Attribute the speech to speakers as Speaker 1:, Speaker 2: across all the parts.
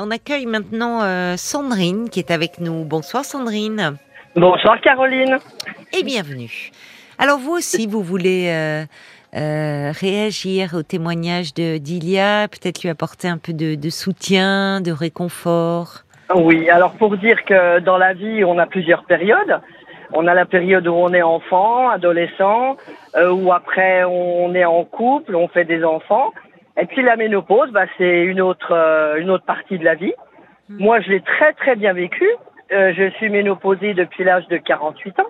Speaker 1: On accueille maintenant euh, Sandrine qui est avec nous. Bonsoir Sandrine
Speaker 2: Bonsoir Caroline.
Speaker 1: et bienvenue. Alors vous aussi, vous voulez euh, euh, réagir au témoignage de d'Ilia, peut-être lui apporter un peu de, de soutien, de réconfort.
Speaker 2: Oui, alors pour dire que dans la vie, on a plusieurs périodes. On a la période où on est enfant, adolescent, euh, où après on est en couple, on fait des enfants. Et puis la ménopause, bah, c'est une autre euh, une autre partie de la vie.
Speaker 1: Hmm.
Speaker 2: Moi, je l'ai très très bien vécu. Euh, je suis ménopausée depuis l'âge de 48 ans.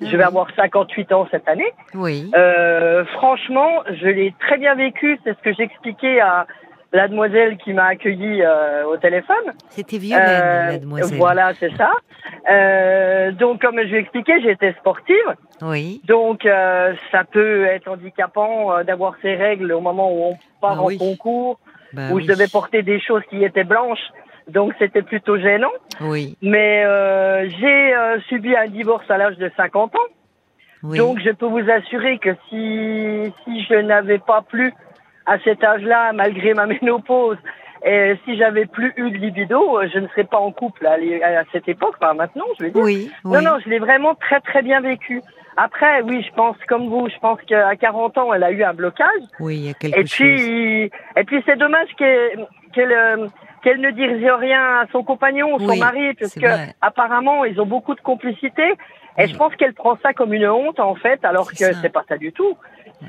Speaker 2: Je vais avoir 58 ans cette année.
Speaker 1: Oui.
Speaker 2: Euh, franchement, je l'ai très bien vécu. C'est ce que j'expliquais à la demoiselle qui m'a accueilli euh, au téléphone.
Speaker 1: C'était Violaine,
Speaker 2: Euh,
Speaker 1: la demoiselle.
Speaker 2: Voilà, c'est ça. Euh, donc, comme je l'ai expliqué, j'étais sportive.
Speaker 1: Oui.
Speaker 2: Donc, euh, ça peut être handicapant euh, d'avoir ces règles au moment où on part
Speaker 1: Ah
Speaker 2: en
Speaker 1: oui.
Speaker 2: concours,
Speaker 1: Bah
Speaker 2: où
Speaker 1: oui.
Speaker 2: je devais porter des choses qui étaient blanches. Donc, c'était plutôt gênant.
Speaker 1: Oui.
Speaker 2: Mais euh, j'ai euh, subi un divorce à l'âge de 50 ans.
Speaker 1: Oui.
Speaker 2: Donc, je peux vous assurer que si, si je n'avais pas plu à cet âge-là, malgré ma ménopause, et si j'avais plus eu de libido, euh, je ne serais pas en couple à, l'é- à cette époque, enfin maintenant, je veux dire.
Speaker 1: oui.
Speaker 2: Non,
Speaker 1: oui.
Speaker 2: non, je l'ai vraiment très, très bien vécu. Après, oui, je pense comme vous, je pense qu'à 40 ans, elle a eu un blocage.
Speaker 1: Oui, il y a quelque
Speaker 2: Et
Speaker 1: chose.
Speaker 2: puis, et puis c'est dommage qu'elle qu'elle, euh, qu'elle ne dise rien à son compagnon ou son
Speaker 1: Oui,
Speaker 2: mari, parce
Speaker 1: c'est
Speaker 2: que
Speaker 1: vrai.
Speaker 2: apparemment ils ont beaucoup de complicité. Et
Speaker 1: Oui.
Speaker 2: je pense qu'elle prend ça comme une honte en fait, alors
Speaker 1: C'est
Speaker 2: que
Speaker 1: ça.
Speaker 2: c'est pas ça du tout.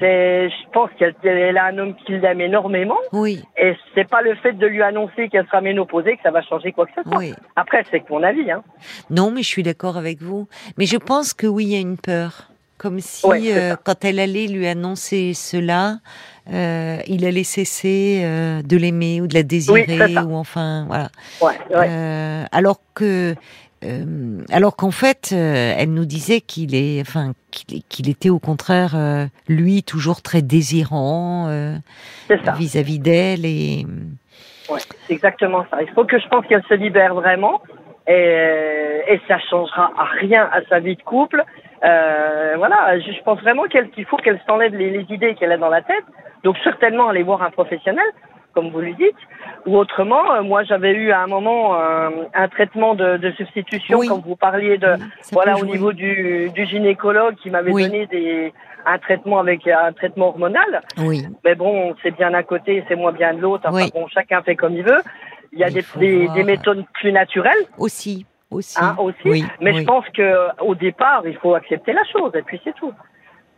Speaker 2: C'est, je pense qu'elle elle a un homme qui l'aime énormément,
Speaker 1: Oui,
Speaker 2: et c'est pas le fait de lui annoncer qu'elle sera ménopausée que ça va changer quoi que ce soit.
Speaker 1: oui.
Speaker 2: Après, c'est que mon avis, hein.
Speaker 1: Non, mais je suis d'accord avec vous. Mais je pense que oui, il y a une peur. Comme si,
Speaker 2: Mhm. Ouais, c'est
Speaker 1: euh,
Speaker 2: ça.
Speaker 1: quand elle allait lui annoncer cela, euh, il allait cesser euh, de l'aimer ou de la désirer
Speaker 2: ça.
Speaker 1: ou enfin voilà.
Speaker 2: Ouais, ouais.
Speaker 1: Euh, alors que, euh, alors qu'en fait, euh, elle nous disait qu'il est, enfin, qu'il qu'il était au contraire euh, lui toujours très désirant euh,
Speaker 2: c'est ça.
Speaker 1: vis-à-vis d'elle et
Speaker 2: Ouais, c'est exactement ça. Il faut que je pense qu'elle se libère vraiment et, et ça changera à rien à sa vie de couple. Euh, voilà, je, je pense vraiment qu'elle- qu'il faut qu'elle s'enlève les, les idées qu'elle a dans la tête. Donc certainement aller voir un professionnel, comme vous le dites, ou autrement, euh, moi j'avais eu à un moment un, un traitement de, de substitution
Speaker 1: Oui.
Speaker 2: quand vous parliez de,
Speaker 1: Oui, ça
Speaker 2: voilà,
Speaker 1: peut
Speaker 2: au
Speaker 1: jouer.
Speaker 2: niveau du, du gynécologue qui m'avait
Speaker 1: Oui.
Speaker 2: donné des, un traitement avec un traitement hormonal.
Speaker 1: Oui,
Speaker 2: Mais Ben bon, c'est bien d'un côté, c'est moins bien de l'autre. Enfin
Speaker 1: Oui.
Speaker 2: bon, chacun fait comme il veut. Il y a
Speaker 1: Il
Speaker 2: des,
Speaker 1: faut
Speaker 2: des-
Speaker 1: voir.
Speaker 2: des méthodes plus naturelles
Speaker 1: aussi, aussi.
Speaker 2: hein, aussi.
Speaker 1: Oui,
Speaker 2: Mais
Speaker 1: oui.
Speaker 2: je pense que au départ, il faut accepter la chose et puis c'est tout.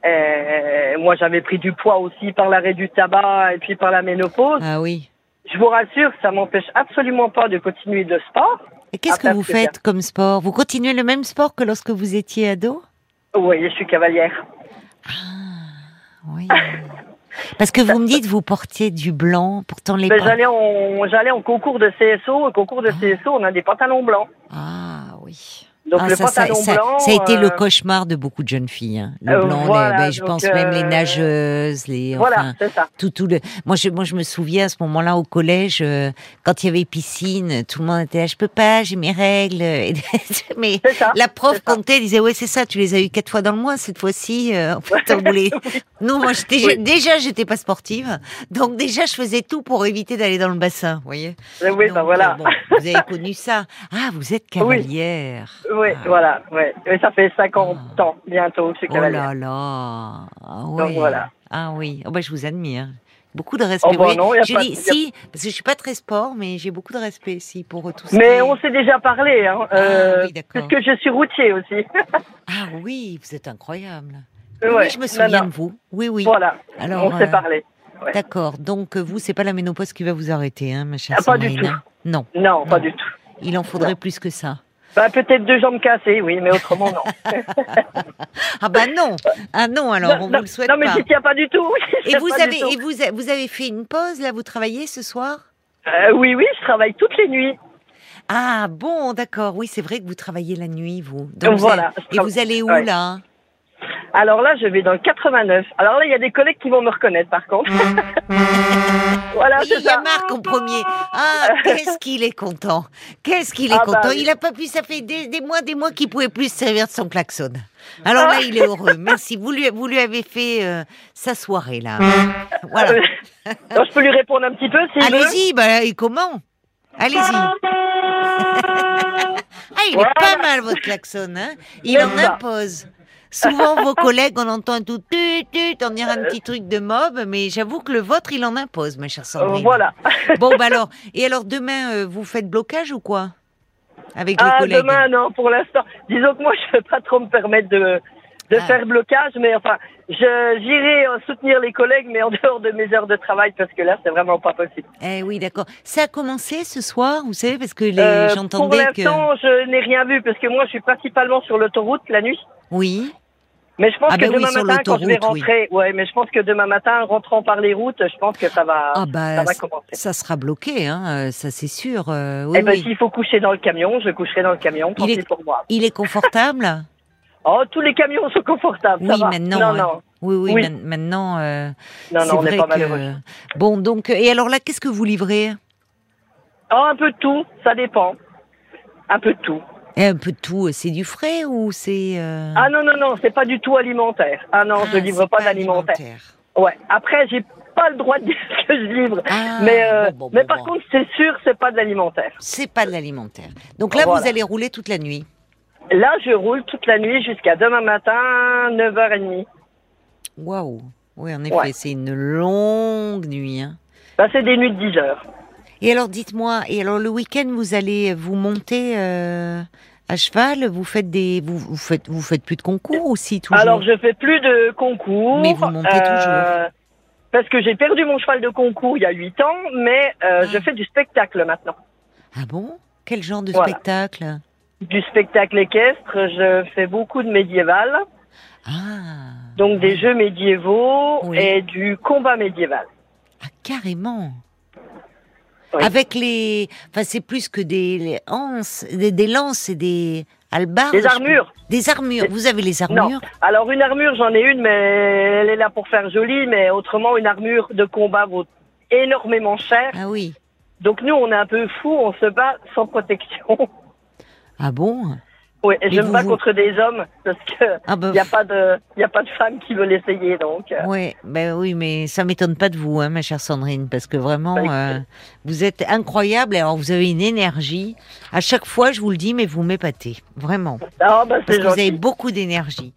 Speaker 2: Euh, moi, j'avais pris du poids aussi par l'arrêt du tabac et puis par la ménopause.
Speaker 1: Ah oui.
Speaker 2: Je vous rassure, ça m'empêche absolument pas de continuer de sport.
Speaker 1: Et qu'est-ce que
Speaker 2: Après,
Speaker 1: vous
Speaker 2: c'est Ah, bien.
Speaker 1: faites comme sport Vous continuez le même sport que lorsque vous étiez ado Ah,
Speaker 2: Vous voyez, je suis cavalière.
Speaker 1: Oui. Parce que vous me dites, vous portiez du blanc, pourtant les
Speaker 2: Mais
Speaker 1: pan-
Speaker 2: j'allais en, j'allais en concours de CSO. Au concours de CSO, on a des pantalons blancs.
Speaker 1: Ah oui.
Speaker 2: Donc
Speaker 1: Ah,
Speaker 2: le
Speaker 1: ça, ça,
Speaker 2: pantalon
Speaker 1: ça-
Speaker 2: blanc.
Speaker 1: ça a été le
Speaker 2: euh,
Speaker 1: cauchemar de beaucoup de jeunes filles. hein. Le
Speaker 2: euh,
Speaker 1: blanc, les-
Speaker 2: voilà,
Speaker 1: ben, je
Speaker 2: donc,
Speaker 1: pense même les
Speaker 2: euh,
Speaker 1: nageuses, les
Speaker 2: Voilà,
Speaker 1: enfin,
Speaker 2: c'est ça.
Speaker 1: tout, tout le. Moi, je, moi, je me souviens à ce moment-là au collège, euh, quand il y avait piscine, tout le monde était là, je peux pas, j'ai mes règles. Et- Mais
Speaker 2: C'est ça.
Speaker 1: la prof
Speaker 2: Ah, c'est ça.
Speaker 1: comptait, disait ouais c'est ça, tu les as eu quatre fois dans le mois cette fois-ci. euh, en fait, on voulait. Non, moi j'étais
Speaker 2: Oui.
Speaker 1: déjà j'étais pas sportive, donc déjà je faisais tout pour éviter d'aller dans le bassin, vous voyez.
Speaker 2: Eh Oui,
Speaker 1: Donc,
Speaker 2: ben voilà.
Speaker 1: euh, bon, vous avez connu ça. Ah, vous êtes cavalière.
Speaker 2: Oui,
Speaker 1: Ah.
Speaker 2: voilà. Ouais. Et ça fait 50 ans bientôt que je suis
Speaker 1: Oh là
Speaker 2: cavalière.
Speaker 1: là. Ah oui.
Speaker 2: Donc, voilà.
Speaker 1: Ah oui. Oh, bah, je vous admire. Beaucoup de respect.
Speaker 2: Oh, bah,
Speaker 1: Oui,
Speaker 2: non, y a
Speaker 1: je
Speaker 2: pas-
Speaker 1: dis-
Speaker 2: y a-
Speaker 1: si, parce que je suis pas très sport, mais j'ai beaucoup de respect si pour tout ça.
Speaker 2: Mais on s'est déjà parlé, hein,
Speaker 1: Ah,
Speaker 2: euh,
Speaker 1: oui, d'accord.
Speaker 2: puisque je suis routier aussi.
Speaker 1: Ah oui, vous êtes incroyable.
Speaker 2: Ouais,
Speaker 1: Oui, je me
Speaker 2: non,
Speaker 1: souviens
Speaker 2: non.
Speaker 1: de vous. Oui, oui.
Speaker 2: Voilà,
Speaker 1: Alors,
Speaker 2: on s'est
Speaker 1: euh,
Speaker 2: parlé. ouais.
Speaker 1: D'accord. Donc euh, vous, c'est pas la ménopause qui va vous arrêter, hein, ma chère
Speaker 2: Ah, pas du
Speaker 1: Sandrine,
Speaker 2: tout.
Speaker 1: hein. Non,
Speaker 2: Non, pas
Speaker 1: non.
Speaker 2: du tout.
Speaker 1: il en faudrait plus que ça.
Speaker 2: Bah, Peut-être deux jambes cassées, oui, mais autrement, non.
Speaker 1: Ah bah non, ah non alors on
Speaker 2: non,
Speaker 1: vous le souhaite
Speaker 2: non, mais
Speaker 1: pas.
Speaker 2: j'y tiens pas du tout. j'y
Speaker 1: Et
Speaker 2: tiens
Speaker 1: vous
Speaker 2: pas du
Speaker 1: avez
Speaker 2: tout.
Speaker 1: et vous a- vous avez fait une pause là, vous travaillez ce soir
Speaker 2: Euh, oui, oui, je travaille toutes les nuits.
Speaker 1: Ah bon, d'accord. Oui, c'est vrai que vous travaillez la nuit, vous.
Speaker 2: Donc,
Speaker 1: vous
Speaker 2: voilà,
Speaker 1: allez-
Speaker 2: je
Speaker 1: et
Speaker 2: travaille-
Speaker 1: vous allez où
Speaker 2: ouais.
Speaker 1: là
Speaker 2: Alors là, je vais dans le 89. Alors là, il y a des collègues qui vont me reconnaître, par contre. voilà,
Speaker 1: Oui,
Speaker 2: Ah, c'est
Speaker 1: il y a
Speaker 2: ça.
Speaker 1: Marc en premier. Ah, qu'est-ce qu'il est content. Qu'est-ce qu'il est
Speaker 2: Ah bah
Speaker 1: content.
Speaker 2: oui.
Speaker 1: Il a pas pu, ça fait des, des mois, des mois qu'il pouvait plus se servir de son klaxon. Alors là, il est heureux. Merci. Vous lui, vous lui avez fait euh, sa soirée là. Voilà.
Speaker 2: Euh, non, je peux lui répondre un petit peu, si
Speaker 1: Allez-y, bah, et comment Allez-y. Ah, il
Speaker 2: Voilà.
Speaker 1: est pas mal votre klaxon, hein Il
Speaker 2: C'est
Speaker 1: en
Speaker 2: ça.
Speaker 1: impose. Souvent, vos collègues, on entend un tout tut tut, on dirait un petit truc de mob, mais j'avoue que le vôtre, il en impose, ma chère
Speaker 2: Euh,
Speaker 1: Sandrine.
Speaker 2: voilà.
Speaker 1: Bon, bah alors, et alors demain, euh, vous faites blocage ou quoi Avec les
Speaker 2: Ah,
Speaker 1: collègues
Speaker 2: demain, non, pour l'instant. Disons que moi, je ne vais pas trop me permettre de, de
Speaker 1: Ah.
Speaker 2: faire blocage, mais enfin, je- j'irai euh, soutenir les collègues, mais en dehors de mes heures de travail, parce que là, c'est vraiment pas possible.
Speaker 1: Eh oui, d'accord. Ça a commencé ce soir, vous savez, parce que les...
Speaker 2: Euh, pour
Speaker 1: j'entendais que...
Speaker 2: l'instant, je n'ai rien vu, parce que moi, je suis principalement sur l'autoroute la nuit.
Speaker 1: Oui,
Speaker 2: Mais je pense
Speaker 1: Ah
Speaker 2: que
Speaker 1: ben oui,
Speaker 2: demain
Speaker 1: sur
Speaker 2: matin, quand je vais
Speaker 1: l'autoroute, oui.
Speaker 2: rentrer, ouais, mais je pense que demain matin, en rentrant par les routes, je pense que ça va,
Speaker 1: ah
Speaker 2: ça
Speaker 1: bah,
Speaker 2: va
Speaker 1: ça,
Speaker 2: commencer.
Speaker 1: sera bloqué, hein, euh, ça c'est sûr. euh, oui,
Speaker 2: Eh ben,
Speaker 1: oui.
Speaker 2: s'il faut coucher dans le camion, je coucherai dans le camion, tant
Speaker 1: Il est-
Speaker 2: pis pour moi.
Speaker 1: Il est confortable
Speaker 2: Oh, tous les camions sont confortables, ça
Speaker 1: Oui,
Speaker 2: va.
Speaker 1: maintenant, hein.
Speaker 2: non,
Speaker 1: ouais.
Speaker 2: non,
Speaker 1: Oui, oui,
Speaker 2: Oui.
Speaker 1: man- maintenant... euh,
Speaker 2: non,
Speaker 1: C'est
Speaker 2: non, on n'est
Speaker 1: vrai
Speaker 2: pas
Speaker 1: que-
Speaker 2: malheureux.
Speaker 1: Bon, donc, euh, et alors là, qu'est-ce que vous livrez
Speaker 2: Oh, un peu de tout, ça dépend. Un peu de tout.
Speaker 1: Eh, Un peu de tout, euh, c'est du frais ou c'est... euh,
Speaker 2: Ah non, non, non, c'est pas du tout alimentaire. Ah non, je
Speaker 1: ah,
Speaker 2: livre
Speaker 1: c'est
Speaker 2: pas d'alimentaire.
Speaker 1: alimentaire.
Speaker 2: Ouais. Après, j'ai pas le droit de dire ce que je livre.
Speaker 1: Ah,
Speaker 2: mais euh,
Speaker 1: bon, bon,
Speaker 2: mais
Speaker 1: bon,
Speaker 2: par
Speaker 1: bon.
Speaker 2: contre, c'est sûr, c'est pas de l'alimentaire.
Speaker 1: C'est pas de l'alimentaire. Donc là,
Speaker 2: Voilà.
Speaker 1: vous allez rouler toute la nuit.
Speaker 2: Là, je roule toute la nuit jusqu'à demain matin, 9h30.
Speaker 1: Waouh Oui, en effet,
Speaker 2: Ouais.
Speaker 1: c'est une longue nuit. hein.
Speaker 2: Bah, c'est des nuits de 10 heures.
Speaker 1: Et alors, dites-moi, et alors le week-end, vous allez vous monter euh, à cheval Vous faites des, vous, vous faites, vous faites plus de concours aussi toujours
Speaker 2: Alors, je fais plus de concours. euh,
Speaker 1: Mais vous montez toujours.
Speaker 2: Parce que j'ai perdu mon cheval de concours il y a 8 ans, mais euh,
Speaker 1: Ah.
Speaker 2: je fais du spectacle maintenant.
Speaker 1: Ah bon Quel genre de
Speaker 2: Voilà.
Speaker 1: spectacle
Speaker 2: Du spectacle équestre, je fais beaucoup de médiéval.
Speaker 1: Ah
Speaker 2: Donc des jeux médiévaux
Speaker 1: Oui.
Speaker 2: et du combat médiéval.
Speaker 1: Ah, carrément.
Speaker 2: Oui.
Speaker 1: Avec les, enfin c'est plus que des les anses, des, des lances et des albardes.
Speaker 2: Des
Speaker 1: je-
Speaker 2: armures.
Speaker 1: Des armures. Vous avez les armures
Speaker 2: Alors une armure, j'en ai une, mais elle est là pour faire jolie. Mais autrement, une armure de combat vaut énormément cher.
Speaker 1: Ah oui.
Speaker 2: Donc nous, on est un peu fous, on se bat sans protection.
Speaker 1: Ah bon
Speaker 2: Oui, et
Speaker 1: Mais
Speaker 2: je me
Speaker 1: vous
Speaker 2: bats
Speaker 1: vous-
Speaker 2: contre des hommes parce que
Speaker 1: Ah bah.
Speaker 2: il n'y a pas de, il y a pas de femme qui veut l'essayer. Donc euh,
Speaker 1: Ouais, ben oui, mais ça m'étonne pas de vous, hein, ma chère Sandrine, parce que vraiment,
Speaker 2: Bah, écoutez.
Speaker 1: euh, vous êtes incroyable. Alors, vous avez une énergie. À chaque fois, je vous le dis, mais vous m'épatez, vraiment,
Speaker 2: ah bah
Speaker 1: parce
Speaker 2: c'est
Speaker 1: que vous avez
Speaker 2: gentil.
Speaker 1: beaucoup d'énergie.